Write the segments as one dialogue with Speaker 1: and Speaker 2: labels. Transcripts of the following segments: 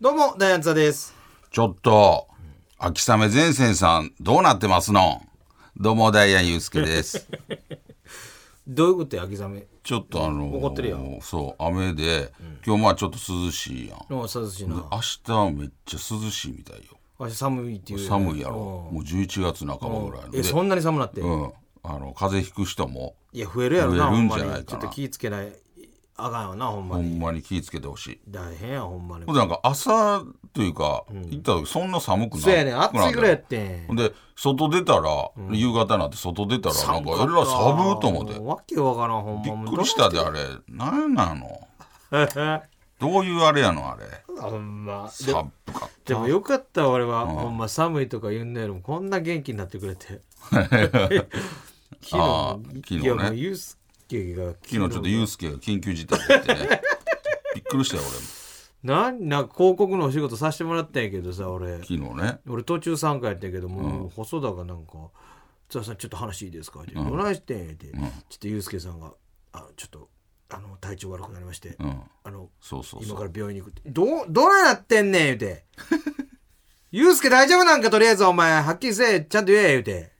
Speaker 1: どうも、ダイアンツァです。
Speaker 2: ちょっと、秋雨前線さん、どうなってますのどうも、ダイアンユースケ です。
Speaker 1: どういうことや、秋雨。
Speaker 2: ちょっとあのー
Speaker 1: 怒ってるやん
Speaker 2: そう、雨で、今日まあちょっと涼しいやん。
Speaker 1: もう涼しいな。
Speaker 2: 明日めっちゃ涼しいみたいよ。
Speaker 1: 明日寒いっていう。
Speaker 2: 寒いやろ。もう11月半ばぐらいの
Speaker 1: え、
Speaker 2: で。
Speaker 1: そんなに寒なって。
Speaker 2: うん。あの、風邪ひく人も、
Speaker 1: いや、増えるやろな、
Speaker 2: 増
Speaker 1: ほ
Speaker 2: える
Speaker 1: ん
Speaker 2: ん
Speaker 1: ま
Speaker 2: じゃないかな
Speaker 1: に。ちょっと気ぃつけない。あかんよな、ほんま
Speaker 2: ほ
Speaker 1: に。
Speaker 2: んまに気ぃつけてほしい。
Speaker 1: 大変や、ほんまに
Speaker 2: ほん。でなんか朝というか、行った時そんな寒くない。
Speaker 1: そうやねん、暑いぐらいやってん
Speaker 2: ほ。んで、外出たら、夕方になって外出たら、なんか、
Speaker 1: 寒
Speaker 2: えらい
Speaker 1: かった
Speaker 2: 寒いと思って。
Speaker 1: わけわからん、ほんま。
Speaker 2: びっくりしたであれなんなの どういうあれやのあれ
Speaker 1: ほんま。で
Speaker 2: サップか
Speaker 1: でもよかった、俺は。ほんま、寒いとか言うんだよりも、こんな元気になってくれ て。昨
Speaker 2: あー昨日ね
Speaker 1: いや、もう、ゆうすけが、
Speaker 2: 昨日ちょっとユースケが緊急事態だっ てねびっくりしたよ
Speaker 1: なんなんか広告のお仕事させてもらったんやけどさ俺
Speaker 2: 俺も昨日ね
Speaker 1: 俺途中参加やったんやけども、う細田がなんか「津田さんちょっと話いいですか?」って「どないしてん?」って、ちょっとユースケさんが「あちょっとあの体調悪くなりまして、
Speaker 2: うん
Speaker 1: あの
Speaker 2: そうそうそ
Speaker 1: 今
Speaker 2: う
Speaker 1: から病院に行く」って「どどないなってんねん」言うて 「ユースケ大丈夫なんかとりあえずお前はっきりせえちゃんと言え」言うて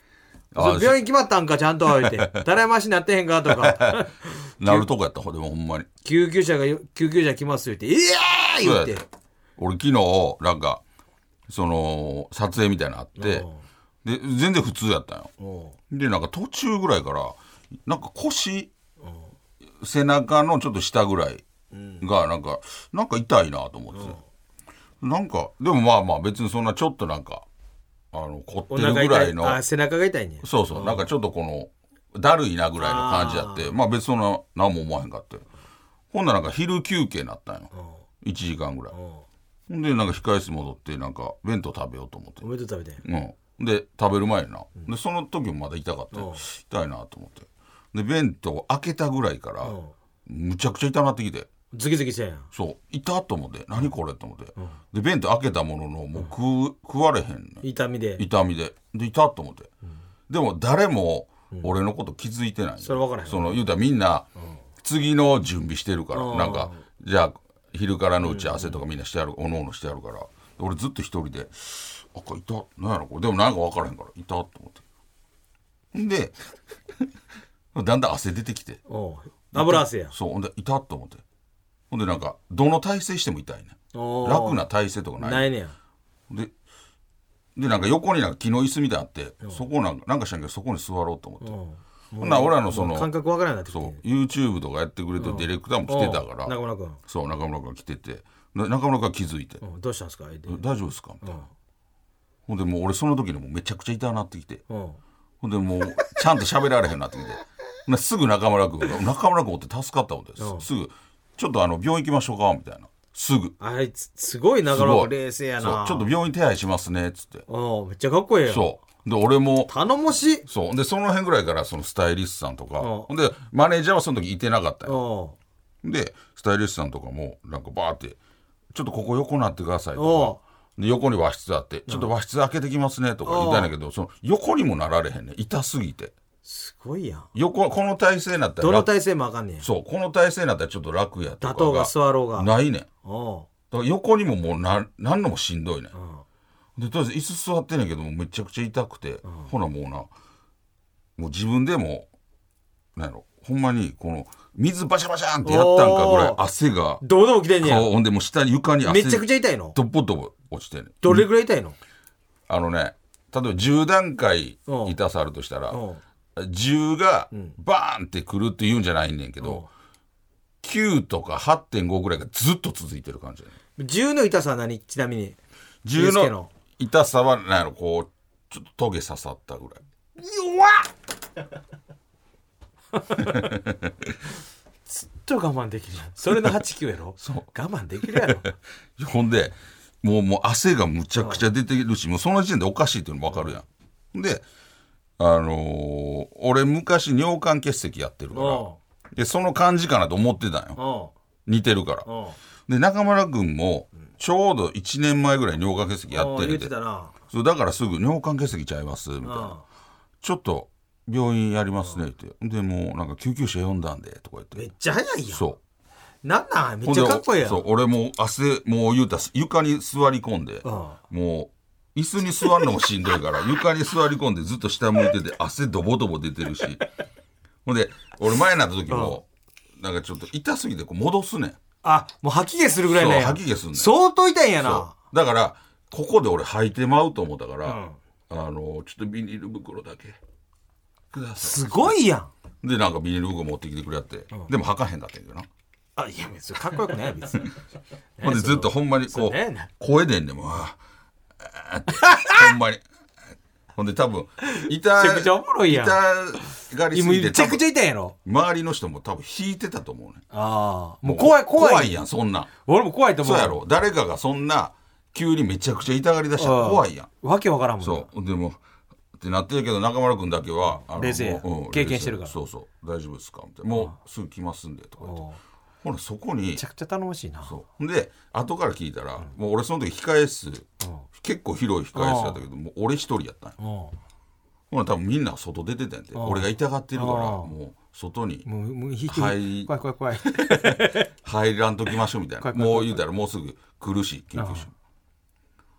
Speaker 1: 「
Speaker 2: あ
Speaker 1: それ病院決まったんかちゃんと」言う て「たらましになってへんか?」とか
Speaker 2: なるとこやったほでもほんまに
Speaker 1: 救急車が救急車来ますよ言って「いやー!」言う
Speaker 2: そう
Speaker 1: て
Speaker 2: や。で俺昨日なんかその撮影みたいなのあってで全然普通やったんよ
Speaker 1: おう
Speaker 2: でなんか途中ぐらいからなんか腰背中のちょっと下ぐらいがなんか、なんか痛いなと思って、なんかでもまあまあ別にそんなちょっとなんかあの凝
Speaker 1: お
Speaker 2: ってる
Speaker 1: 腹
Speaker 2: ぐら
Speaker 1: 痛
Speaker 2: い
Speaker 1: い
Speaker 2: の
Speaker 1: あ背中が痛いね
Speaker 2: そうそうなんかちょっとこのだるいなぐらいの感じやってまあ別にそんな何も思わへんかってほんならなんか昼休憩になったんよ1時間ぐらいほんでなんか控室戻ってなんか弁当食べようと思って
Speaker 1: おめでとう食べて
Speaker 2: うん、で食べる前にな、でその時もまだ痛かったよ、痛いなと思ってで弁当開けたぐらいから、むちゃくちゃ痛なってきて
Speaker 1: ズキズキしてんやん
Speaker 2: そう痛っと思って何これと思って、で弁当開けたもののもう食う、食われへんねん
Speaker 1: 痛みで
Speaker 2: 痛みでで痛っと思って、でも誰も俺のこと気づいてない、
Speaker 1: それ分からへん
Speaker 2: その言うたらみんな次の準備してるから、なんかじゃあ昼からの打ち合わせとかみんなしてやる、おのおのしてやるからで俺ずっと一人で「あこれいたなんやろこれでもなんか分からへんからいた」と思ってんで だんだん汗出てきて
Speaker 1: おう油汗や
Speaker 2: そうほんでいたと思ってほんでなんかどの体勢しても痛いね
Speaker 1: おー
Speaker 2: 楽な体勢とかない
Speaker 1: ないねや
Speaker 2: ででなんか横になんか木の椅子みたいなのあって、そこなんかなんか知らんけどそこに座ろうと思って、ほんなら俺らのその
Speaker 1: 感覚わからんようになって
Speaker 2: そ
Speaker 1: き
Speaker 2: う YouTube とかやってくれてるディレクターも
Speaker 1: て
Speaker 2: 来てたから、
Speaker 1: おう中村君
Speaker 2: そう中村が来ててで中村が気づいて、
Speaker 1: うんどうしたんすか言うて
Speaker 2: 大丈夫ですか?」みたいな、ほんでもう俺その時にもうめちゃくちゃ痛なってきて、
Speaker 1: うん
Speaker 2: ほんでもうちゃんと喋られへんなってきて ほんですぐ中村君が「中村君おって助かったもんです、すぐちょっとあの病院行きましょうか」みたいなすぐ
Speaker 1: あいつすごい中
Speaker 2: す
Speaker 1: 村
Speaker 2: ごい
Speaker 1: 君冷静や
Speaker 2: そ
Speaker 1: な
Speaker 2: うちょっと病院手配しますね」っつって
Speaker 1: おうめっちゃかっこええやん
Speaker 2: そうで俺も
Speaker 1: 頼もしい
Speaker 2: そう。で、その辺ぐらいから、そのスタイリストさんとか、
Speaker 1: ん
Speaker 2: ほんで、マネージャーはその時いてなかったよ。
Speaker 1: おう
Speaker 2: で、スタイリストさんとかも、なんかバーって、ちょっとここ横なってください
Speaker 1: お
Speaker 2: とか、で横に和室あって、ちょっと和室開けてきますねとか言いたいんだけど、その横にもなられへんね。痛すぎて。
Speaker 1: すごいやん
Speaker 2: 横、この体勢になったら
Speaker 1: どの
Speaker 2: 楽、
Speaker 1: 体勢もあかんねや
Speaker 2: そう、この体勢になったらちょっと楽やと
Speaker 1: 打
Speaker 2: か
Speaker 1: 倒が座ろうが
Speaker 2: ないねん。
Speaker 1: おう
Speaker 2: だから横にももうななんのもしんどいね、ん、でとりあえず椅子座ってんねんけどもめちゃくちゃ痛くて、ほなもうなもう自分でもなんやろほんまにこの水バシャバシャンってやったんかぐらい
Speaker 1: おー
Speaker 2: 汗が
Speaker 1: どうでも来てんね
Speaker 2: 顔
Speaker 1: や
Speaker 2: ほんでもう下に床に汗
Speaker 1: めちゃくちゃ痛いの
Speaker 2: ドボドボ落ちてんねん
Speaker 1: どれぐらい痛いの
Speaker 2: あのね例えば10段階
Speaker 1: うん
Speaker 2: 痛さあるとしたら
Speaker 1: うん
Speaker 2: 10がバーンってくるって言うんじゃないねんけど、9とか8.5ぐらいがずっと続いてる感じやねん
Speaker 1: 銃の痛さは何ちなみに
Speaker 2: 銃
Speaker 1: ユースケ
Speaker 2: の
Speaker 1: の
Speaker 2: 痛さはなんやろこうちょっとトゲ刺さったぐらい
Speaker 1: ずっと我慢できるやん それの89やろ
Speaker 2: そう
Speaker 1: 我慢できるやろ
Speaker 2: ほんでもうもう汗がむちゃくちゃ出てるし、もうその時点でおかしいっていうのも分かるやん。であのー俺昔尿管結石やってるから
Speaker 1: う
Speaker 2: でその感じかなと思ってたんよ
Speaker 1: ん
Speaker 2: 似てるから
Speaker 1: うんうん
Speaker 2: で中村君もちょうど1年前ぐらい尿管結石やっ
Speaker 1: うん
Speaker 2: て
Speaker 1: 言
Speaker 2: る
Speaker 1: っ
Speaker 2: って
Speaker 1: てたな
Speaker 2: そうだからすぐ尿管結石ちゃいますみたいなちょっと病院やりますねってでもうなんか救急車呼んだんでとか言っ
Speaker 1: めってちゃ早いやん
Speaker 2: そう
Speaker 1: なんなんめっ
Speaker 2: ほん
Speaker 1: ち
Speaker 2: で
Speaker 1: ゃかっこいいやん
Speaker 2: そう俺もう汗もう言うたら床に座り込んでもう椅子に座るのもしんどいから床に座り込んでずっと下向いてて汗ドボドボ出てるしほんで俺前になった時もなんかちょっと痛すぎてこう戻すねん
Speaker 1: あもう吐き気するぐらいなんや
Speaker 2: そう吐き気すんねん
Speaker 1: 相当痛いんやな
Speaker 2: そうだからここで俺履いてまうと思ったから、あのちょっとビニール袋だけくださ
Speaker 1: すごいやん
Speaker 2: いでなんかビニール袋持ってきてくれやって、でも履かへんだったんやけどな
Speaker 1: あいや別にかっこよくないやん別 に
Speaker 2: ほんでずっとほんまに
Speaker 1: そ
Speaker 2: こ
Speaker 1: うね
Speaker 2: う声でんでもうあーってほんまにほんで多分痛
Speaker 1: めちゃくちゃおもろいやん
Speaker 2: 痛がりす
Speaker 1: 今
Speaker 2: ぎて
Speaker 1: めちゃくちゃ
Speaker 2: 多分
Speaker 1: 痛いやろ
Speaker 2: 周りの人も多分引いてたと思うね
Speaker 1: ああもう怖い怖い
Speaker 2: 怖いやんそんなん
Speaker 1: 俺も怖いと思
Speaker 2: そううやろ誰かがそんな急にめちゃくちゃ痛がりだしたら怖いやん
Speaker 1: わけわからんもんな
Speaker 2: そうでもってなってるけど中村君だけはあの
Speaker 1: 冷静や
Speaker 2: も
Speaker 1: 経験してるから
Speaker 2: 冷静そうそう大丈夫ですかみたいなもうすぐ来ますんでとか言ってほらそこに
Speaker 1: めちゃくちゃ頼もしいな
Speaker 2: そうで後から聞いたら、もう俺その時控え室、結構広い控え室だったけど、もう俺一人やったんよ
Speaker 1: うんも
Speaker 2: ほら多分みんな外出てたんやて、俺が痛がってるから、もう外に
Speaker 1: うもう引き、
Speaker 2: はい
Speaker 1: 怖い怖い怖い
Speaker 2: 入らんときましょうみたいな
Speaker 1: 怖い怖い
Speaker 2: もう言うたらもうすぐ苦しい救急車ほ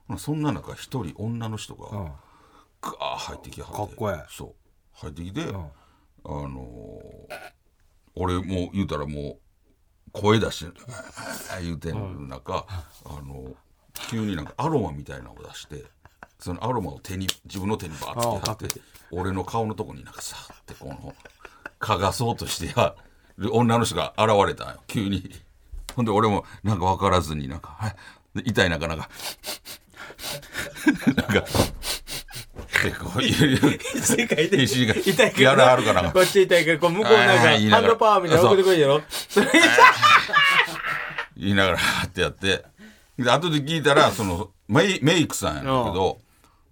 Speaker 2: なそんな中一人女の人
Speaker 1: うん
Speaker 2: がガー入ってきはって
Speaker 1: かっこええ
Speaker 2: そう入ってきて、
Speaker 1: ん
Speaker 2: あのー俺もう言うたらもう声出して言うてん中、あのー急になんかアロマみたいなのを出してそのアロマを手に自分の手にバーッて貼って俺の顔のとこになんかさーってこの嗅がそうとしてやる女の人が現れたんよ急にほんで俺もなんか分からずになんかはいで痛い中なんかなんかってこういう。
Speaker 1: 世界で
Speaker 2: 痛いから
Speaker 1: 痛いから
Speaker 2: やらはるからな
Speaker 1: こっち痛いからこう向こうなん
Speaker 2: あー言い
Speaker 1: かハ
Speaker 2: ながら
Speaker 1: ンドパワーみたいなの送ってこいやろそれ
Speaker 2: 言いながらってやってで後で聞いたらそのメイメイクさんやねんけど、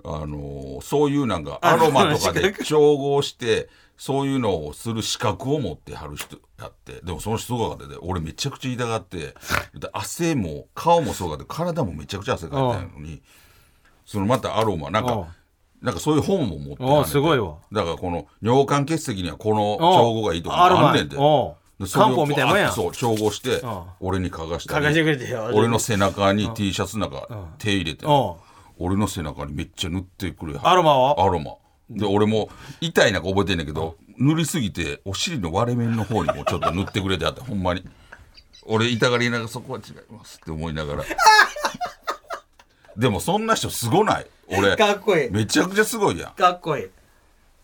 Speaker 2: あのーそういうなんかアロマとか
Speaker 1: あの資
Speaker 2: で調合してそういうのをする資格を持ってはる人やってでもその人すごかったで俺めちゃくちゃ痛がってで汗も顔もそうかって体もめちゃくちゃ汗かいてたのにそのまたアロマなん
Speaker 1: う
Speaker 2: か。なんかそういう本も持ってはんねん
Speaker 1: おう
Speaker 2: て
Speaker 1: すごいわ
Speaker 2: だからこの尿管結石にはこの調合がいいとかあんねんて
Speaker 1: アロマおう
Speaker 2: でそれを
Speaker 1: 漢方みたいなもんやん
Speaker 2: そう調合して
Speaker 1: ん
Speaker 2: 俺に嗅がした
Speaker 1: 嗅
Speaker 2: り
Speaker 1: がしてくれてよ
Speaker 2: 俺の背中に T シャツなんか手入れて
Speaker 1: うん
Speaker 2: 俺の背中にめっちゃ塗ってくれはる
Speaker 1: アロマを
Speaker 2: アロマで俺も痛いなんか覚えてんねんけど塗りすぎてお尻の割れ面の方にもちょっと塗ってくれてあって ほんまに俺痛がりながらそこは違いますって思いながらでもそんな人すごない俺
Speaker 1: かっこいい
Speaker 2: めちゃくちゃすごいやん
Speaker 1: かっこいい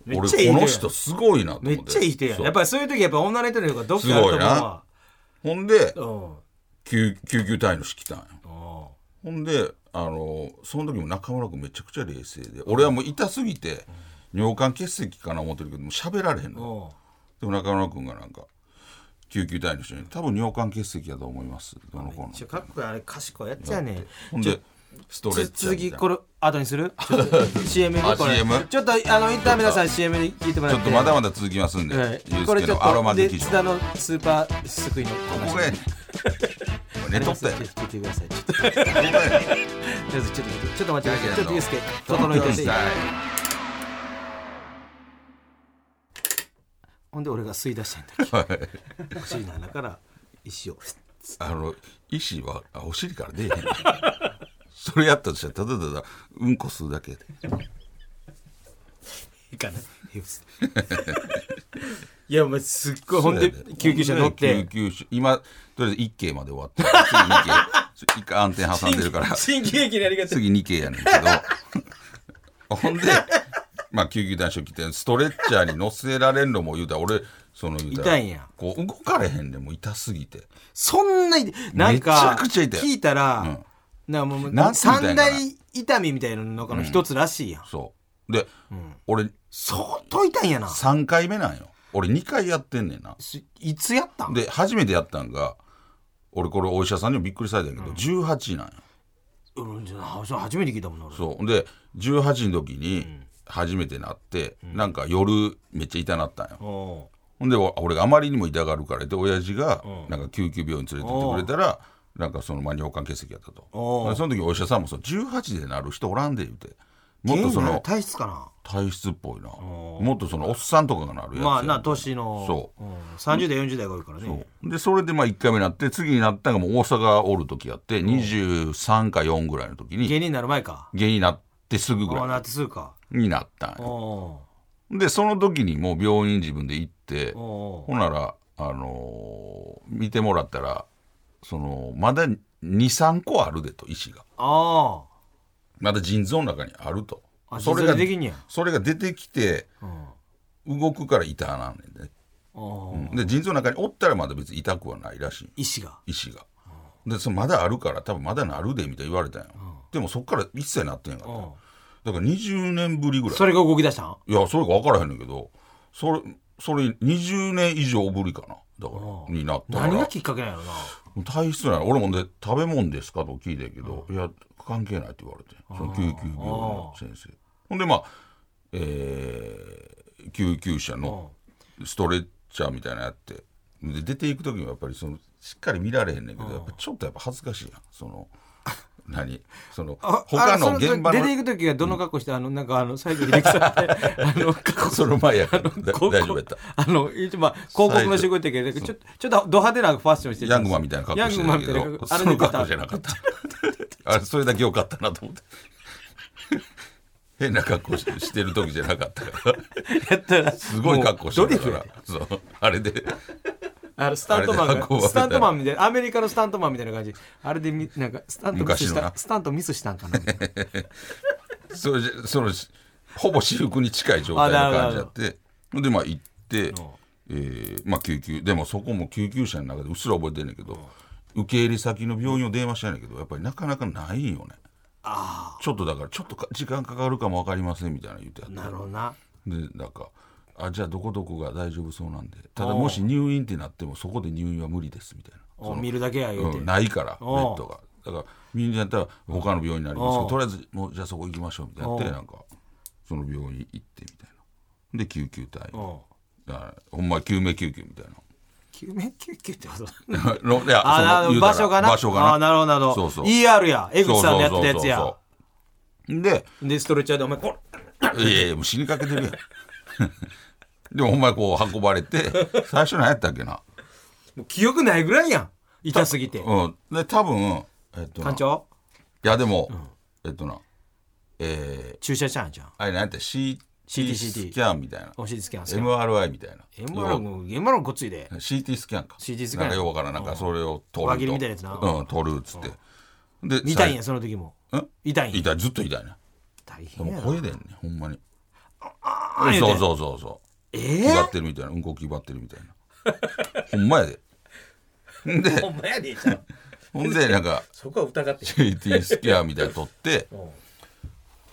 Speaker 1: めっ
Speaker 2: 俺
Speaker 1: ちゃいい人やん
Speaker 2: この人すごいなと思
Speaker 1: め
Speaker 2: って
Speaker 1: っちゃいい人やん
Speaker 2: そう
Speaker 1: やっぱりそういう時やっぱ女の人の方がどっかあると思うわ
Speaker 2: ほんで
Speaker 1: うん
Speaker 2: 救救急隊の士来たんよ
Speaker 1: うん
Speaker 2: ほんであのその時も中村君めちゃくちゃ冷静で俺はもう痛すぎて尿管結石かな思ってるけどもう喋られへんのよ
Speaker 1: うん
Speaker 2: でも中村君がなんか救急隊の人に「多分尿管結石やと思います」どの子の
Speaker 1: めっちゃかっこいいあれ賢いやっちゃね
Speaker 2: ほんでストレッ
Speaker 1: つ
Speaker 2: チャ
Speaker 1: 続
Speaker 2: ーみたい
Speaker 1: き
Speaker 2: な
Speaker 1: これ後にする CM
Speaker 2: あ
Speaker 1: これ
Speaker 2: CM
Speaker 1: ちょっとあの一旦皆さん CM に聞いてもら
Speaker 2: ち
Speaker 1: っ
Speaker 2: ょってとまだまだ続きますんで、
Speaker 1: はい
Speaker 2: ゆう
Speaker 1: これ
Speaker 2: すけ
Speaker 1: ちょっ
Speaker 2: のアロ
Speaker 1: と
Speaker 2: マ
Speaker 1: で
Speaker 2: 劇
Speaker 1: 津
Speaker 2: 場
Speaker 1: 田のスーパーすくいの話
Speaker 2: これ寝とったやん
Speaker 1: ちょっと聞いてくださいちょっと とりあえずちょっとちょっと待ってくださいちょっとゆうすけ整えて てほんで俺が吸い出したいんだっけ
Speaker 2: はい
Speaker 1: お尻の穴から石を
Speaker 2: あの意思はあお尻から出えへんそれやったとしたらただただうんこするだけで
Speaker 1: いかないいやお前すっごいほんで
Speaker 2: そうやで
Speaker 1: 救急車乗っ
Speaker 2: ほん
Speaker 1: て
Speaker 2: で救急車今とりあえず1系まで終わって次2系1 案点挟んでるから
Speaker 1: 新喜劇のやり方
Speaker 2: 次2系やねんけど ほんでまあ救急隊の人来てストレッチャーに乗せられんのも言うたら俺その言うた
Speaker 1: 痛
Speaker 2: ら
Speaker 1: いんや
Speaker 2: こう動かれへんねんもう痛すぎて
Speaker 1: そんなになんか
Speaker 2: めちゃくちゃ痛い
Speaker 1: 聞いたら、なんかもう
Speaker 2: なんて言ったん
Speaker 1: 三
Speaker 2: やろな
Speaker 1: 大痛みみたいなのの一つらしいやん、
Speaker 2: そうで、俺
Speaker 1: 相当痛いんやな
Speaker 2: 3回目なんよ俺2回やってんねんな
Speaker 1: すいつやったん
Speaker 2: で初めてやったんが俺これお医者さんにもびっくりされたんやけど、18なんや
Speaker 1: うんじゃあそれ初めて聞いたもんな俺
Speaker 2: そうで18の時に初めてなって、なんか夜めっちゃ痛なったんよ、
Speaker 1: お
Speaker 2: ほんでお俺があまりにも痛がるからで親父がなんか救急病院連れてってくれたら、なんかその、まあ、尿管結石やったと
Speaker 1: おう
Speaker 2: でその時お医者さんもそう18でなる人おらんで言うても
Speaker 1: う
Speaker 2: っとそ
Speaker 1: えーな
Speaker 2: の
Speaker 1: 体質かな
Speaker 2: 体質っぽいなもっとそのおっさんとかがなるやつや
Speaker 1: まあな年の、
Speaker 2: そうん
Speaker 1: 30代40代が多いからね
Speaker 2: でそれでまあ1回目になって次になったのがもう大阪おる時やって23か4ぐらいの時に
Speaker 1: 芸人になる前か
Speaker 2: 下痢になってすぐぐ
Speaker 1: ああ
Speaker 2: ら
Speaker 1: なってするか
Speaker 2: いになったん
Speaker 1: お
Speaker 2: よ
Speaker 1: お
Speaker 2: でその時にもう病院自分で行って
Speaker 1: うおう
Speaker 2: ほなら、あのー見てもらったらそのまだ23個あるでと石が
Speaker 1: あ
Speaker 2: まだ腎臓の中にあると
Speaker 1: あ
Speaker 2: それ
Speaker 1: 腎
Speaker 2: が
Speaker 1: 臓できんねや
Speaker 2: それが出てきて
Speaker 1: あうん
Speaker 2: 動くから痛なんねんね、
Speaker 1: おう
Speaker 2: うんで腎臓の中におったらまだ別に痛くはないらしい
Speaker 1: 意志が
Speaker 2: 石が。でそのまだあるから多分まだなるでみたいに言われたんよ、でもそっから一切なってへんかったよ、だから20年ぶりぐらい
Speaker 1: それが動き出したん
Speaker 2: いやそれが分からへんねんけどそれそれ20年以上ぶりかなだからになったから
Speaker 1: 何がきっかけなんやろな
Speaker 2: 体質なの俺もね食べ物ですかと聞いたんやけど、いや関係ないって言われてその救急病の先生ほんでまあ、えー救急車のストレッチャーみたいなのやってで出ていく時もやっぱりそのしっかり見られへんねんけどやっぱちょっとやっぱ恥ずかしいやんその何その他の現場
Speaker 1: あそ出てい
Speaker 2: の
Speaker 1: く時はどの格好して、あのなんかあの西城秀樹さん ってあの格好
Speaker 2: その前やからだ大
Speaker 1: こう
Speaker 2: 丈夫やった
Speaker 1: あの一応まあ広告の仕事やけどちょっとちょっとド派手なファッションしてた
Speaker 2: ヤングマンみたいな格好して
Speaker 1: ヤングマ
Speaker 2: た
Speaker 1: ンみ
Speaker 2: け
Speaker 1: たいな格好あ
Speaker 2: どそ
Speaker 1: れ
Speaker 2: の
Speaker 1: で出
Speaker 2: 格
Speaker 1: た
Speaker 2: 好じゃなかったあれそれだけ良かったなと思って変な格好してしてる時じゃなかったから
Speaker 1: やったら
Speaker 2: すごい格好してた
Speaker 1: もうドリ
Speaker 2: か
Speaker 1: フや
Speaker 2: ら
Speaker 1: で
Speaker 2: そうあれで
Speaker 1: あのスタントマン
Speaker 2: あれで運
Speaker 1: が
Speaker 2: ばれた
Speaker 1: スタントマンみたいなアメリカのスタントマンみたいな感じあれでみなんかスタントミスし
Speaker 2: 昔の
Speaker 1: た
Speaker 2: な
Speaker 1: スタントミスしたんかなみたいな
Speaker 2: それじゃそのほぼ私服に近い状態の感じやってでまあ行って、えーまあ、救急でもそこも救急車の中でうっすら覚えてんねんけど、受け入れ先の病院を電話したんやけどやっぱりなかなかないんよねちょっとだからちょっとか時間かかるかも分かりませんみたいなの言ってやって
Speaker 1: なるほど な
Speaker 2: でなんかあじゃあどこどこが大丈夫そうなんでただもし入院ってなってもそこで入院は無理ですみたいな
Speaker 1: お見るだけや言うて、
Speaker 2: うん、ないからベ
Speaker 1: おう
Speaker 2: ッドがだからみんなやったら他の病院になりますけ
Speaker 1: お
Speaker 2: ど
Speaker 1: う
Speaker 2: とりあえずもうじゃあそこ行きましょうみたいになってなんかその病院行ってみたいなで救急隊
Speaker 1: おう
Speaker 2: だからほんま救命救急みたいな
Speaker 1: 救命救急ってこと
Speaker 2: のいやその
Speaker 1: あ
Speaker 2: 言
Speaker 1: あ
Speaker 2: うたら
Speaker 1: 場所がな
Speaker 2: 場所がな
Speaker 1: あなるほどなるほど
Speaker 2: そうそう
Speaker 1: ER や江口さんのやってたやつや
Speaker 2: そうそうそうそうで
Speaker 1: でストレッチャーでお前こ
Speaker 2: いやいやもう死にかけてるやん でもほんまにこう運ばれて最初何やったっけな
Speaker 1: もう記憶ないぐらいやん痛すぎて
Speaker 2: うんで多分えっとな
Speaker 1: 館長
Speaker 2: いやでも、えっとなえー、
Speaker 1: 注射したんじゃん
Speaker 2: あれなんやった CT ス
Speaker 1: CT
Speaker 2: キャンみたいな
Speaker 1: お CT スキャンスキャン
Speaker 2: MRI みたいな
Speaker 1: MR
Speaker 2: 要は
Speaker 1: も MR もごっついで
Speaker 2: CT スキャンか
Speaker 1: CT スキャン
Speaker 2: なんかようわからんなんかそれを取ると
Speaker 1: 輪切りみたいなやつな
Speaker 2: うん取るっつってで
Speaker 1: 痛いんやその時も
Speaker 2: 最ん
Speaker 1: 痛いんや
Speaker 2: 痛いずっと痛いな
Speaker 1: 大
Speaker 2: で
Speaker 1: 変や
Speaker 2: も
Speaker 1: な
Speaker 2: 声でんねほんまに
Speaker 1: ー言う
Speaker 2: そ
Speaker 1: て
Speaker 2: うそうそうそう
Speaker 1: え
Speaker 2: 気張
Speaker 1: え
Speaker 2: ってるみたいなうんこ気張ってるみたいなほんまやでんで
Speaker 1: ほんまやでじゃん
Speaker 2: ほんでなんか
Speaker 1: そこは疑ってし
Speaker 2: CT スキャンみたいなの取って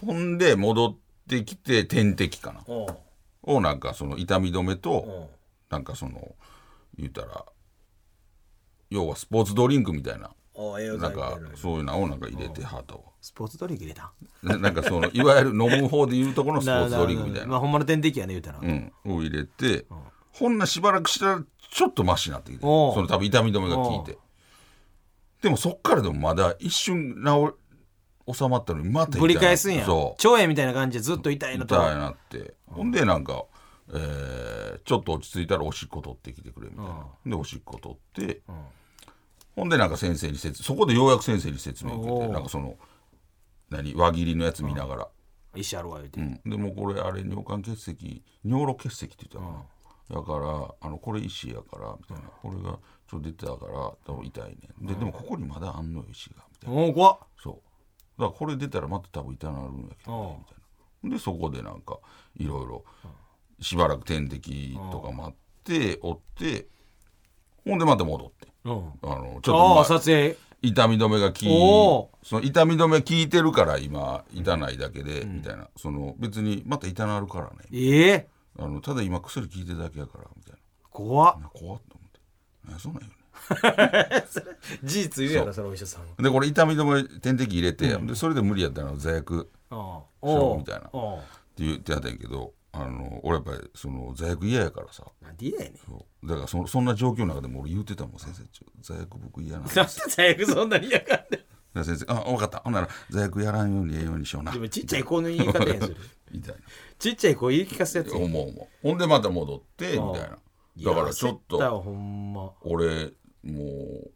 Speaker 2: ほんで戻ってきて点滴かな
Speaker 1: おう
Speaker 2: をなんかその痛み止めと
Speaker 1: ん
Speaker 2: なんかその言うたら要はスポーツドリンクみたいな
Speaker 1: おう栄養
Speaker 2: な
Speaker 1: 剤
Speaker 2: ん
Speaker 1: みたい
Speaker 2: か
Speaker 1: な
Speaker 2: そういうのをなんか入れてはたわ
Speaker 1: スポーツドリンク入れた
Speaker 2: ななんかそのいわゆる飲む方でいうところのスポーツドリンクみたい
Speaker 1: ま
Speaker 2: な
Speaker 1: あほんまの点滴やね言うたら
Speaker 2: うんを入れてほんなしばらくしたらちょっとマシになってきて
Speaker 1: おう
Speaker 2: その多分痛み止めが効いてでもそっからでもまだ一瞬治り収まったのにまた痛い
Speaker 1: ぶり返すんや
Speaker 2: そう
Speaker 1: 腸炎みたいな感じでずっと痛い
Speaker 2: み
Speaker 1: の
Speaker 2: た
Speaker 1: と
Speaker 2: いなって、ほんでなんか、えーちょっと落ち着いたらおしっこ取ってきてくれみたいな、でおしっこ取って、ほんでなんか先生に説そこでようやく先生に説明を受けてなんかその何輪切りのやつ見ながら、
Speaker 1: 石あるわ言うて
Speaker 2: うんでもうこれあれ尿管結石尿路結石って言ってたかな、だからあのこれ石やからみたいな、これがちょっと出てたから多分痛いねんででもここにまだあんのよ石がみたいな。
Speaker 1: おお怖っ
Speaker 2: そうだからこれ出たらまた多分痛なるんやけどねみたいなでそこでなんかいろいろしばらく点滴とか待って追ってほんでまた戻って
Speaker 1: うん
Speaker 2: あのちょっと
Speaker 1: あ
Speaker 2: ま
Speaker 1: あ
Speaker 2: あ
Speaker 1: 撮影
Speaker 2: 痛み止めが効
Speaker 1: お
Speaker 2: いその痛み止め効いてるから今痛ないだけでみたいなその別にまた痛なるからね
Speaker 1: ええ
Speaker 2: あのただ今薬効いてるだけやからみたい
Speaker 1: 怖っ
Speaker 2: なな怖っと思ってえそうなんよね
Speaker 1: 事実言うやろそのお医者さんは
Speaker 2: でこれ痛み止め点滴入れて、でそれで無理やったら座薬
Speaker 1: ああ
Speaker 2: そ
Speaker 1: お
Speaker 2: う
Speaker 1: う
Speaker 2: みたいな
Speaker 1: お
Speaker 2: って言ってはったんやけどあの俺やっぱりその座薬嫌やからさ
Speaker 1: うなんで嫌やねん
Speaker 2: そうだからそそんな状況の中でも俺言ってたもん先生ちょ座薬僕嫌なんです
Speaker 1: なんで最悪そんなに嫌がんねん
Speaker 2: で先生あ分かったほんなら座薬やらんようにええようにしような
Speaker 1: でもちっちゃい子の言い方やん それ
Speaker 2: みたいな
Speaker 1: ちっちゃい子言い聞かせるやつ
Speaker 2: 思
Speaker 1: や
Speaker 2: う思うほんでまた戻ってみたいなだからちょっ
Speaker 1: いや焦たわ
Speaker 2: と
Speaker 1: ほんま
Speaker 2: 俺もう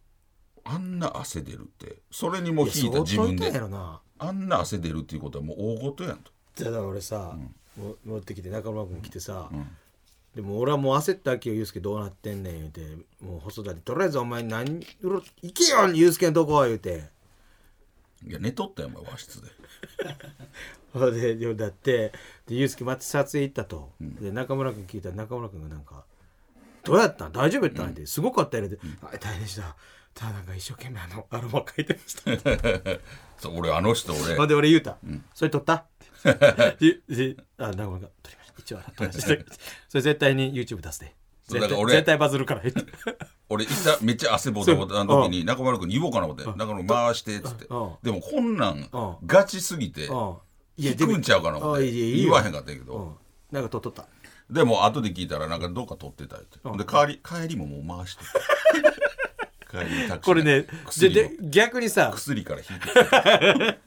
Speaker 2: あんな汗出るってそれにも引いた
Speaker 1: 相
Speaker 2: 自
Speaker 1: 当
Speaker 2: 分
Speaker 1: 痛いや
Speaker 2: で
Speaker 1: ろな
Speaker 2: あんな汗出るっていうことはもう大事やんと
Speaker 1: だから俺さ、も持ってきて中村君来てさ、でも俺はもう焦ったわけよ、ゆうすけどうなってんねん言うて、もう細田に、とりあえずお前何、うろ行けよ、ゆうすけのとこ言うて。
Speaker 2: いや寝とったよお前和室で
Speaker 1: ほんで、よだって、で、ゆうすけまた撮影行ったと。で、中村君聞いたら中村君がなんか、どうやったん大丈夫やったんって、すごかったやろって、あ大変でした。ただなんか一生懸命あの、アロマ書いてました。
Speaker 2: そう俺あの人俺
Speaker 1: ほんで俺言うた、それ取 ったって。でであ、中村が取りました。一応洗ってま した。それ絶対に YouTube 出すで。
Speaker 2: そ
Speaker 1: 絶
Speaker 2: うだから
Speaker 1: 対
Speaker 2: 俺
Speaker 1: 絶対バズるから 言って。
Speaker 2: 俺いためっちゃ汗ぼてぼてあの時に中丸君に言おうかな思って中丸回してっつって
Speaker 1: うん
Speaker 2: でもこんなん
Speaker 1: うん
Speaker 2: ガチすぎて
Speaker 1: うんい
Speaker 2: 引くんちゃうかな思っ
Speaker 1: あい
Speaker 2: て
Speaker 1: やいやいい
Speaker 2: 言
Speaker 1: よ
Speaker 2: わへんかったんやけ
Speaker 1: う
Speaker 2: ど
Speaker 1: んなんか取っとった。
Speaker 2: でも後で聞いたらなんかどっか撮ってたってで帰り帰りももう回して 帰りのタクシ
Speaker 1: こ
Speaker 2: ー
Speaker 1: れね、で
Speaker 2: 薬
Speaker 1: で
Speaker 2: も
Speaker 1: 逆にさ、
Speaker 2: 薬から引いて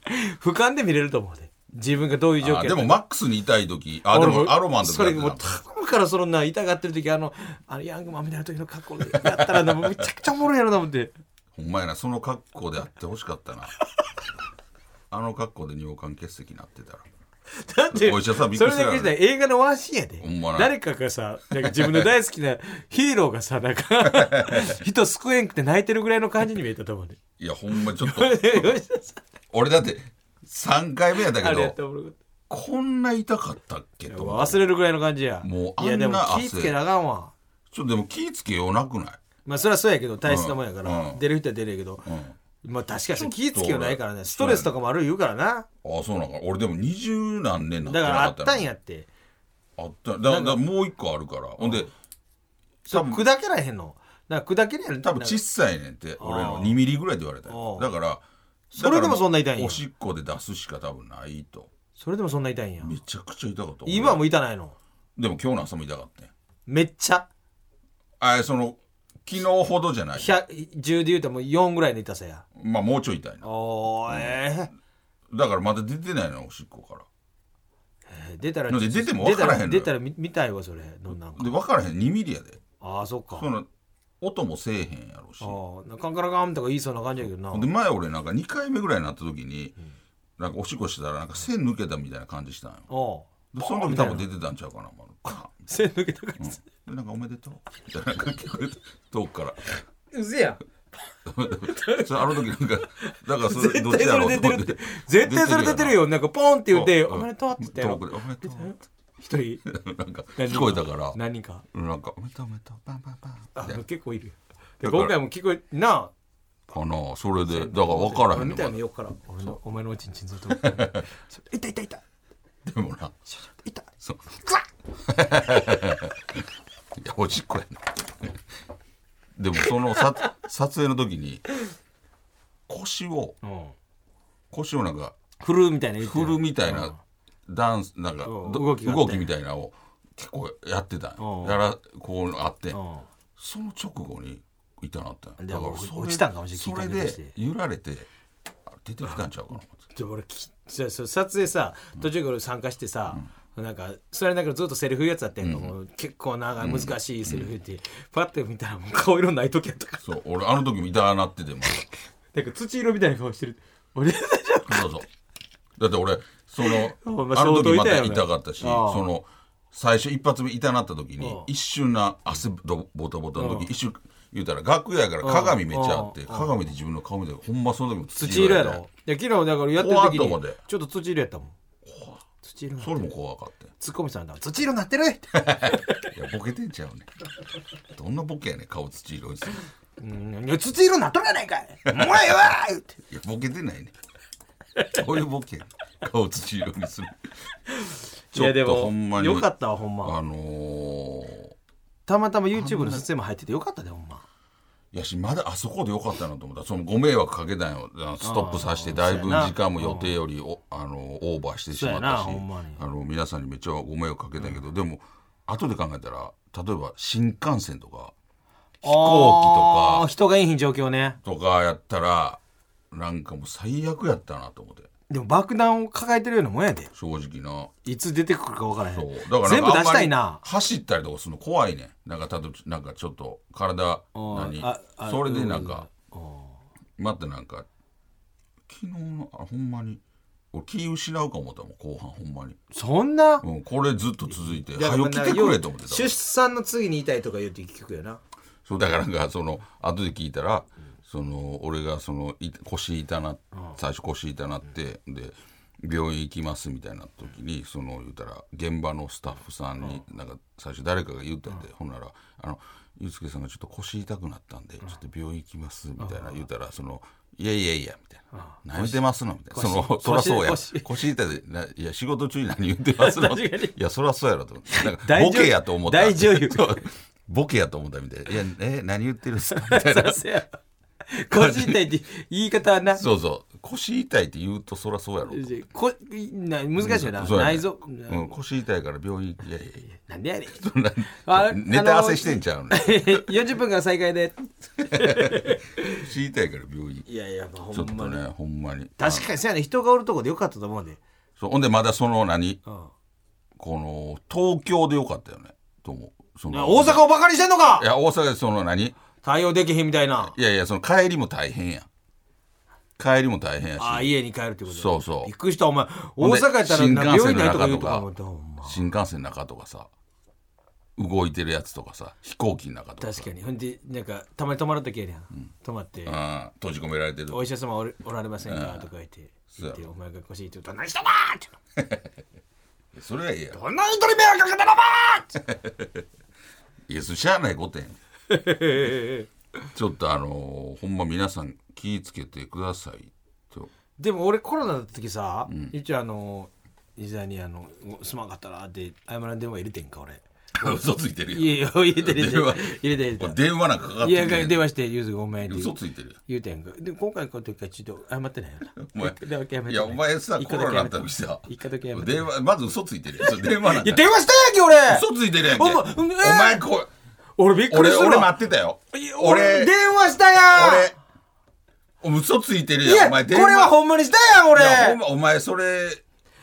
Speaker 1: 俯瞰で見れると思うで。自分がどういう状況
Speaker 2: あ
Speaker 1: やった
Speaker 2: で
Speaker 1: か
Speaker 2: もマックスに痛い時あでもアロマンと
Speaker 1: そ
Speaker 2: かや
Speaker 1: れ
Speaker 2: って
Speaker 1: もう
Speaker 2: た
Speaker 1: 頼むからそのな痛がってる時あのあのヤングマンみたいな時の格好でやったらなもうめちゃくちゃおもろいやろな思って
Speaker 2: ほんまやなその格好であってほしか ったなあの格好で尿管結石になってたら
Speaker 1: だって
Speaker 2: お医者さんびっ
Speaker 1: そ
Speaker 2: くり
Speaker 1: れ
Speaker 2: した
Speaker 1: だ
Speaker 2: よ
Speaker 1: け
Speaker 2: ね
Speaker 1: じゃない映画のワンシーンやで
Speaker 2: ほんまな
Speaker 1: 誰かがさなんか自分の大好きな ヒーローがさなん か人救えんくて泣いてるぐらいの感じに見えたと思うで
Speaker 2: いやほんまちょっと
Speaker 1: 吉田さ
Speaker 2: 俺だって3回目やった
Speaker 1: んあ
Speaker 2: け
Speaker 1: れやった
Speaker 2: ど
Speaker 1: らおもろかった
Speaker 2: こんな痛かったっけ
Speaker 1: いや
Speaker 2: と
Speaker 1: もう
Speaker 2: 思って
Speaker 1: 忘れるぐらいの感じや
Speaker 2: もうあ
Speaker 1: い
Speaker 2: んな
Speaker 1: やでも気
Speaker 2: 汗
Speaker 1: ぃつけなあかんわ
Speaker 2: ちょっとでも気ぃつけようなくない
Speaker 1: まあそれはそうやけど体質なもんやから、
Speaker 2: うん
Speaker 1: 出る人は出るやけど、まあ確かに気ぃつけようないからね
Speaker 2: ちょ
Speaker 1: ス
Speaker 2: っと俺
Speaker 1: トレスとかもある言うからな
Speaker 2: ああそうなんか俺でも二十何年なって
Speaker 1: だか
Speaker 2: な
Speaker 1: らあ
Speaker 2: かっ
Speaker 1: ったたんやって
Speaker 2: あっただだからもう一個あるからほんで
Speaker 1: そう砕けられへんのだから砕けられへん
Speaker 2: 多分小
Speaker 1: ち
Speaker 2: さいねんって俺
Speaker 1: あー
Speaker 2: の2ミリぐらいで言われたよ
Speaker 1: あー
Speaker 2: だから
Speaker 1: それでもそんな痛いんや
Speaker 2: だからおしっこで出すしか多分ないと
Speaker 1: それでもそんな痛いんや
Speaker 2: めちゃくちゃ痛かった
Speaker 1: 今はも
Speaker 2: う
Speaker 1: う痛ないの
Speaker 2: でも今日の朝も痛かったよ
Speaker 1: めっちゃ
Speaker 2: あその昨日ほどじゃない
Speaker 1: 100 10で言うともう4ぐらいの痛さや
Speaker 2: まあもうちょい痛いな
Speaker 1: おーえ
Speaker 2: だからまだ出てないのおしっこから
Speaker 1: ー出たら
Speaker 2: だって出ても分からへんのよ
Speaker 1: 出たら出たら見見たいわそれのなんか
Speaker 2: で分からへん2ミリやで
Speaker 1: ああそっか
Speaker 2: その音もせえへんやろし
Speaker 1: あーなんかカンカラカンとか言いそうな感じやけどな
Speaker 2: で前俺なんか2回目ぐらいになった時に、なんかおしっこしてたらなんか線抜けたみたいな感じしたんよ
Speaker 1: おう
Speaker 2: でその時多分出てたんちゃうかな、まあカン
Speaker 1: 線抜けた感じ
Speaker 2: でなんかおめでとうみたいななんか聞こえて遠くから
Speaker 1: うせやん
Speaker 2: それあの時なんかだからそれどっ
Speaker 1: 絶対
Speaker 2: ちや
Speaker 1: そ
Speaker 2: ろ
Speaker 1: れ出
Speaker 2: うと
Speaker 1: て
Speaker 2: 思
Speaker 1: る
Speaker 2: っ
Speaker 1: ってて絶対それ出てるよなんかポンって言って「おめでとう」って言ったや
Speaker 2: 遠
Speaker 1: ろ
Speaker 2: くでおめでとうって
Speaker 1: 一人
Speaker 2: なんか聞こえたから
Speaker 1: 何人か
Speaker 2: なんかおめでとうおめでとうパンパンパンみた
Speaker 1: あ
Speaker 2: いな
Speaker 1: 結構いるよで
Speaker 2: だから
Speaker 1: 今回も聞こえな
Speaker 2: かなそれでだから分からへ
Speaker 1: 俺
Speaker 2: ん
Speaker 1: 見
Speaker 2: の
Speaker 1: たよ
Speaker 2: まだ
Speaker 1: ね横から俺のお前のおちんちんずっと それ痛い痛い痛い
Speaker 2: でもな
Speaker 1: 痛い
Speaker 2: そう いやおしっこやなでもそのさ撮影の時に腰を
Speaker 1: うん
Speaker 2: 腰をなんか
Speaker 1: 振るみたいな言って
Speaker 2: 振
Speaker 1: た
Speaker 2: るみたいなダンスなんか
Speaker 1: うん
Speaker 2: ど
Speaker 1: 動きがあって
Speaker 2: 動きみたいなのを結構やってたん
Speaker 1: うん
Speaker 2: よやらこうあって
Speaker 1: うん
Speaker 2: その直後に痛なったんよ
Speaker 1: で
Speaker 2: だから
Speaker 1: 落ち
Speaker 2: それ
Speaker 1: 落ちたんかもしれん
Speaker 2: それ
Speaker 1: 聞いたりとかして
Speaker 2: で揺られてあ出てきたんちゃうかな思って
Speaker 1: で俺きじゃあそう撮影さ途中から参加してさ、なんかそれながらずっとセリフ言うやつやってんの、もう結構長い難しいセリフ言って、パッて見たらもう顔色ない時やったから
Speaker 2: そう俺あの時も痛なってても
Speaker 1: なんか土色みたいな顔してる俺
Speaker 2: そうそう。だって俺、そ
Speaker 1: ほん
Speaker 2: の、
Speaker 1: ま
Speaker 2: あの
Speaker 1: 相
Speaker 2: 時
Speaker 1: 当
Speaker 2: ま
Speaker 1: 痛い
Speaker 2: た
Speaker 1: よね
Speaker 2: 痛かったし、そ
Speaker 1: ああ
Speaker 2: の、最初一発目痛なった時に
Speaker 1: ああ、
Speaker 2: 一瞬な汗ぼぼたぼたの時、一瞬、言うたら楽屋やから鏡めっちゃあって、鏡で自分の顔見て、ほんまその時も
Speaker 1: 土色や
Speaker 2: で
Speaker 1: ろで昨日だからやってる時
Speaker 2: 怖っとこ
Speaker 1: に
Speaker 2: で
Speaker 1: ちょっと土色やったもん土色な
Speaker 2: それも怖かっ
Speaker 1: ツッコミさんだ土色なってるって
Speaker 2: た。いや、ボケてんちゃうね。どんなボケやねん顔土色にする。
Speaker 1: うんいや土色なっとるやないかいお前は言うて
Speaker 2: いや、ボケてないねん。こういうボケやねん顔土色にする。ちょっとほんまに
Speaker 1: よかったわほんま
Speaker 2: あのー
Speaker 1: たまたま YouTube の撮影も入っててよかったでほんま
Speaker 2: いやしまだあそこでよかったなと思ったそのご迷惑かけたんよあのストップさせてだいぶ
Speaker 1: そうやな
Speaker 2: 時間も予定よりおあのオーバーしてしまっ
Speaker 1: そうやな
Speaker 2: たし
Speaker 1: ほんまに
Speaker 2: あの皆さんにめっちゃご迷惑かけたんやけど、でも後で考えたら例えば新幹線とか
Speaker 1: 飛
Speaker 2: 行機とか
Speaker 1: 人がいい日状況ね
Speaker 2: とかやったらなんかもう最悪やったなと思って
Speaker 1: でも爆弾を抱えてるようなもんやで
Speaker 2: 正直ない
Speaker 1: つ出てくるか分からへん
Speaker 2: そうだから
Speaker 1: 全部
Speaker 2: なんかあ
Speaker 1: 出
Speaker 2: んま
Speaker 1: したい
Speaker 2: り
Speaker 1: な
Speaker 2: 走ったりとかするの怖いねなんかたとなんかちょっと体何
Speaker 1: ああ
Speaker 2: それでなんかまたなんか昨日のあほんまに俺気失うか思ったもん後半ほんまに、
Speaker 1: そんな
Speaker 2: うん、これずっと続いて早く来てくれと思ってた
Speaker 1: 出産の次に痛いとか言うて聞くよな
Speaker 2: そうだからなんかその後で聞いたら、その俺がそのい腰痛な最初腰痛なって、で病院行きますみたいな時に、その言うたら現場のスタッフさんに、なんか最初誰かが言ったんで、ほんなら「あのゆうすけさんがちょっと腰痛くなったんで、ちょっと病院行きます」みたいな、言うたらその「いやいやいや」みたいな「何言ってますの?」みたいな「その
Speaker 1: 腰
Speaker 2: そらそうや
Speaker 1: 腰
Speaker 2: 腰痛いでないや仕事中に何言ってますの?」
Speaker 1: 確かに
Speaker 2: いやそらそうやろ」と思ってなん か
Speaker 1: 大女
Speaker 2: ボケやと思った
Speaker 1: 大女優
Speaker 2: そう ボケやと思ったみたいで「いやえ何言ってるんですか?」 みたいな
Speaker 1: せや腰痛いって言い方はな
Speaker 2: そうそう腰痛いって言うとそらそうやろと
Speaker 1: こな難しいよな
Speaker 2: そうやね
Speaker 1: 内臓
Speaker 2: うん、腰痛いから病院いやいやいや
Speaker 1: なんでやねん
Speaker 2: そんな
Speaker 1: あ
Speaker 2: ネタ合わせしてんちゃうの
Speaker 1: 40分間再開で
Speaker 2: 腰痛いから病院
Speaker 1: いやいやまあほ
Speaker 2: ちょっ
Speaker 1: んま
Speaker 2: と
Speaker 1: に
Speaker 2: ねほんまに
Speaker 1: 確かにそうやね人がおるとこでよかったと思うね
Speaker 2: そうほんでまだその何
Speaker 1: うん
Speaker 2: この東京でよかったよねと思うそ
Speaker 1: いや
Speaker 2: の
Speaker 1: 大阪をバカにしてんのか
Speaker 2: いや大阪でその何
Speaker 1: 対応できへんみたいない
Speaker 2: やいやその帰りも大変やん帰りも大変やし
Speaker 1: ああ家に帰るってこと
Speaker 2: そうそう
Speaker 1: びっくりしたお前大
Speaker 2: ほんで
Speaker 1: 阪やったらな病院ないとか言うとか
Speaker 2: 新
Speaker 1: 思っ
Speaker 2: 幹
Speaker 1: た
Speaker 2: 線
Speaker 1: ほ
Speaker 2: の
Speaker 1: ん
Speaker 2: 中
Speaker 1: ま
Speaker 2: とか新幹線の中とかさ動いてるやつとかさ飛行機の中とかさ
Speaker 1: 確かにほんでなんかたまに泊まるときやねん泊まって
Speaker 2: うん閉じ込められてる
Speaker 1: お医者様おるおられませんかとか言って
Speaker 2: う
Speaker 1: 言
Speaker 2: や
Speaker 1: ってお前が腰痛いって言うと何してんだーって
Speaker 2: それはいいや
Speaker 1: こんなに人に迷惑かけたのばーって
Speaker 2: いやそれしゃあないこと やんちょっとあのーほんま皆さん気ぃつけてくださいと
Speaker 1: でも俺コロナの時さ一応あの伊沢にあの「すまんかったら」って謝らん電話入れてんか俺
Speaker 2: 嘘ついてる
Speaker 1: い
Speaker 2: やん
Speaker 1: やいや入れて入れて
Speaker 2: 電話
Speaker 1: 入れて入
Speaker 2: これ
Speaker 1: れて
Speaker 2: 電話なんかかか
Speaker 1: い
Speaker 2: って
Speaker 1: や
Speaker 2: くるやん
Speaker 1: 電話して「ゆずごめん」って言
Speaker 2: 嘘
Speaker 1: う
Speaker 2: ついてるやん
Speaker 1: 言うてんかで今回こういう時はちょっと謝ってないよな
Speaker 2: お前
Speaker 1: 一回だけやめて
Speaker 2: いやお前さ
Speaker 1: 一
Speaker 2: コ
Speaker 1: 回だ
Speaker 2: ロ
Speaker 1: け
Speaker 2: ナ
Speaker 1: や
Speaker 2: の
Speaker 1: めて
Speaker 2: 時さ
Speaker 1: 一回だけやめて
Speaker 2: 電話まず嘘ついてるやんそれ電話なん
Speaker 1: い
Speaker 2: か
Speaker 1: や電話したやんけ俺
Speaker 2: 嘘ついてるやんけ
Speaker 1: ほんまうん
Speaker 2: お前こ
Speaker 1: 俺びっくり
Speaker 2: 俺
Speaker 1: する
Speaker 2: 俺
Speaker 1: わ
Speaker 2: 待ってたよ
Speaker 1: いや
Speaker 2: 俺
Speaker 1: 電話したやん
Speaker 2: 俺お前嘘ついてる
Speaker 1: い
Speaker 2: やん
Speaker 1: や
Speaker 2: お前
Speaker 1: こ
Speaker 2: 電話
Speaker 1: れはほんまにしたやん
Speaker 2: いやほ
Speaker 1: 俺
Speaker 2: んまお前それ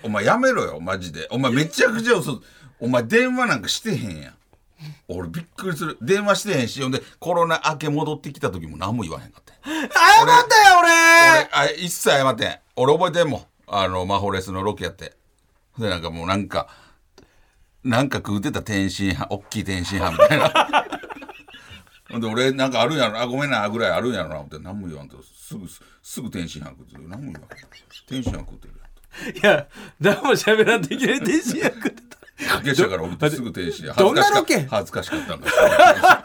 Speaker 2: お前やめろよマジでお前めちゃくちゃ嘘お前電話なんかしてへんやん俺びっくりする電話してへんしほんでコロナ明け戻ってきた時も何も言わへんかった
Speaker 1: 謝ったやん俺
Speaker 2: 俺あ一切謝ってん俺覚えてんもんあのマホレスのロケやってでなんかもうなんかなんか食うてた天津飯おっきい天津飯みたいなほんで俺なんかあるんやろあごめんなぐらいあるんやろな思って何も言わんとすぐすぐ天津飯食ってる何も言わん天津飯食ってるやん
Speaker 1: いや何も喋らんといけない電子役って
Speaker 2: 竹下から降りてすぐ停止や
Speaker 1: どんなロケ
Speaker 2: 恥ずかしかったんだから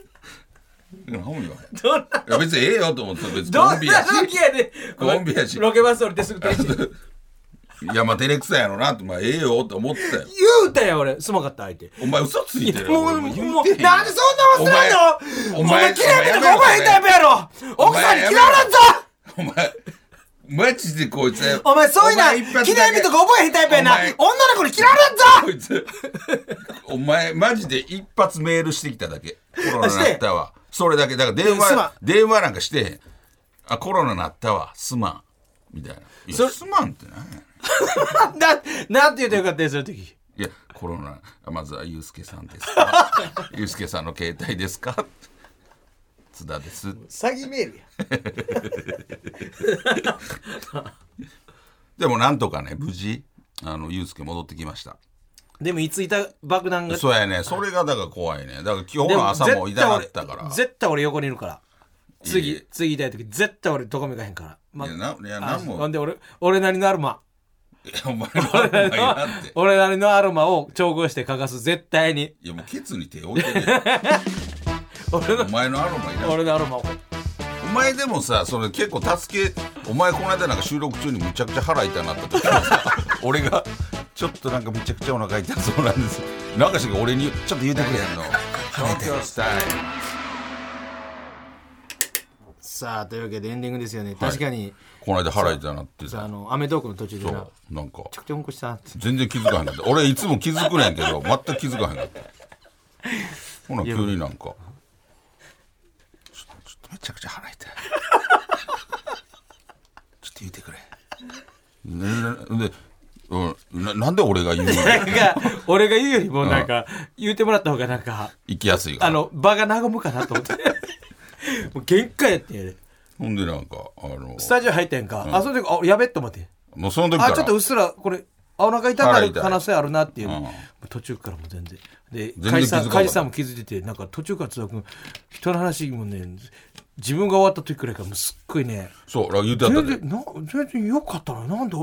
Speaker 2: 何も言わへんい
Speaker 1: どんな
Speaker 2: や別にええよと思ってた別に
Speaker 1: どん
Speaker 2: コ
Speaker 1: な
Speaker 2: ンビやし
Speaker 1: ロケやねん
Speaker 2: コンビやし
Speaker 1: ロケバス降りてすぐ電子役
Speaker 2: いやまあ照れくさいやろなってまあええよと思ってたよ
Speaker 1: 言うたやん俺すまんかった相手
Speaker 2: お前嘘ついてるよ
Speaker 1: もう
Speaker 2: 俺
Speaker 1: もう
Speaker 2: 言てへん
Speaker 1: なんでそんな忘れんの
Speaker 2: お
Speaker 1: お
Speaker 2: 前
Speaker 1: 前嫌いなとかお前へんタイプやろ
Speaker 2: お
Speaker 1: 奥さん
Speaker 2: 前
Speaker 1: に嫌
Speaker 2: やめろ
Speaker 1: われんぞ
Speaker 2: お前マジでこいつ
Speaker 1: お前そういうな
Speaker 2: お前一発
Speaker 1: 記
Speaker 2: だけ
Speaker 1: 念日とか覚えへんタイプやな
Speaker 2: お前
Speaker 1: 女の子に嫌われんぞ
Speaker 2: こいつお前マジで一発メールしてきただけコロナなったわそれだけだから電
Speaker 1: えすまん
Speaker 2: 話電話なんかしてへんあコロナなったわすまんみたいないや
Speaker 1: そ
Speaker 2: すまんってなんやねん
Speaker 1: な、なんて言うとよかったよ、その時。
Speaker 2: いやコロナまずはユうスケさんです かユうスケさんの携帯ですか津田です
Speaker 1: 詐欺メールや。
Speaker 2: でもなんとかね無事あのユうスケ戻ってきました
Speaker 1: でも、いついた爆弾が。
Speaker 2: そうやねそれがだから怖いねだから今日
Speaker 1: で
Speaker 2: の朝も
Speaker 1: 絶対
Speaker 2: いたか
Speaker 1: 俺
Speaker 2: ったから
Speaker 1: 絶対俺横にいるから。
Speaker 2: い
Speaker 1: 次
Speaker 2: え、
Speaker 1: 次いたい時、絶対俺どこも行かへんから。ま
Speaker 2: いやないや
Speaker 1: あ
Speaker 2: 何も
Speaker 1: ほんで、俺、俺なりのアロマ。
Speaker 2: いや お前の
Speaker 1: 俺
Speaker 2: いら
Speaker 1: な
Speaker 2: んって
Speaker 1: りのアロマを調合して嗅がす、絶対に。
Speaker 2: いやもうケツに手置いてるやん
Speaker 1: 俺
Speaker 2: お
Speaker 1: の、
Speaker 2: 前のアロマいらん
Speaker 1: 俺のアロマを。
Speaker 2: お前でもさそれ結構助けお前この間なんか収録中にむちゃくちゃ腹痛なった時もさ 俺が「ちょっとなんかめちゃくちゃお腹痛そうなんですなんかしか俺にちょっと言うてくれんの東京スタイ
Speaker 1: さあというわけでエンディングですよね確かに、
Speaker 2: この間腹痛なって
Speaker 1: さあ
Speaker 2: さ
Speaker 1: の『アメトーク』の途中で
Speaker 2: そ
Speaker 1: な
Speaker 2: う
Speaker 1: 「
Speaker 2: なんか
Speaker 1: ちょくちょんこした」って
Speaker 2: 全然気づかへんかった俺いつも気づくねんけど全く気づかへんかったほな急になんかちょっとちょっとめちゃくちゃ腹 痛いちょっと言うてくれ、ね、で、うん、ななんで俺が言うの
Speaker 1: なんか俺が言うよりもなんか言うてもらった方がなんか
Speaker 2: 行きやすいから
Speaker 1: あの場が和むかなと思ってもう限界やってんやで
Speaker 2: ほんでなんかあの
Speaker 1: スタジオ入ったやんか、あその時あやべっと思って
Speaker 2: もうその時か
Speaker 1: あ
Speaker 2: ら
Speaker 1: ちょっとうっすらこれあお腹痛くなる可能性あるなっていう、
Speaker 2: 腹痛い
Speaker 1: 途中からもう全然で
Speaker 2: 然
Speaker 1: 梶さ
Speaker 2: 気づかなんかった
Speaker 1: 梶さんも気づいててなんか途中から津田君人の話もね自分が終わった時くらいからもうすっごいね
Speaker 2: そうだから言うてやった
Speaker 1: 全
Speaker 2: で
Speaker 1: 然な全然よかったのになんで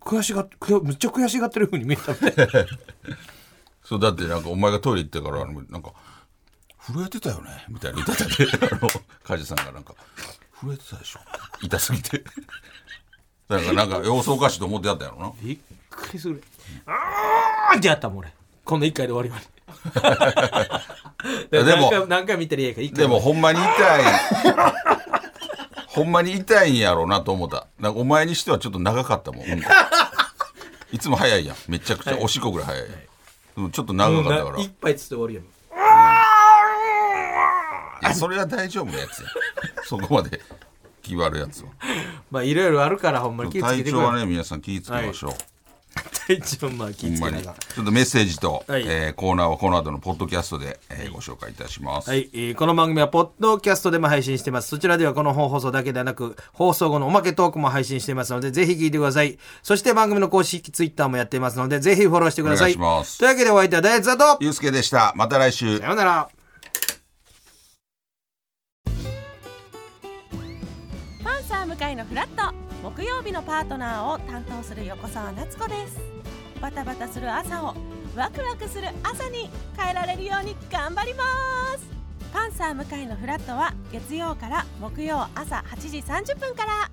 Speaker 1: 悔しがっ悔むっちゃ悔しがってるふうに見えたみたいな
Speaker 2: そうだってなんかお前がトイレ行ってからあのなんか震えてたよねみたいな言ってたであの梶さんがなんか震えてたでしょ痛すぎてだからなんか様子おかしいと思ってやったんやろな
Speaker 1: びっくりするあーってやったもん俺この1回で終わりまで
Speaker 2: いやで
Speaker 1: 何
Speaker 2: も
Speaker 1: 回何回見たらいいやから一回
Speaker 2: でもほんまに痛いほんまに痛いんやろうなと思ったなんかお前にしてはちょっと長かったもん、うんこいつも早いやんめちゃくちゃおしっこぐらい早いやん、でもちょっと長かったから、
Speaker 1: 一杯つって終わるやん
Speaker 2: いやそれは大丈夫なやつやそこまで気悪いやつは
Speaker 1: まあいろいろあるからほんまに気をつけ
Speaker 2: 体
Speaker 1: てく
Speaker 2: 調
Speaker 1: れ
Speaker 2: はね皆さん気ぃつけましょう、
Speaker 1: 体調まあ気
Speaker 2: ほ
Speaker 1: を
Speaker 2: ん
Speaker 1: つ
Speaker 2: ま
Speaker 1: け
Speaker 2: に
Speaker 1: な
Speaker 2: ち
Speaker 1: がら
Speaker 2: ょっとメッセージと、
Speaker 1: はい
Speaker 2: えーコーナーはこの後のポッドキャストで、えーご紹介いたします、
Speaker 1: はい、えーこの番組はポッドキャストでも配信してます。そちらではこの本放送だけではなく、放送後のおまけトークも配信していますので、ぜひ聞いてください。そして番組の公式ツイッターもやっていますので、ぜひフォローしてください。
Speaker 2: お願いします
Speaker 1: というわけでお相手は大津だと、
Speaker 2: ゆうすけでしたまた来週
Speaker 1: さようなら。
Speaker 3: パンサー向かいのフラット木曜日のパートナーを担当する横澤夏子ですバタバタする朝をワクワクする朝に変えられるように頑張りますパンサー向かいのフラットは月曜から木曜朝8時30分から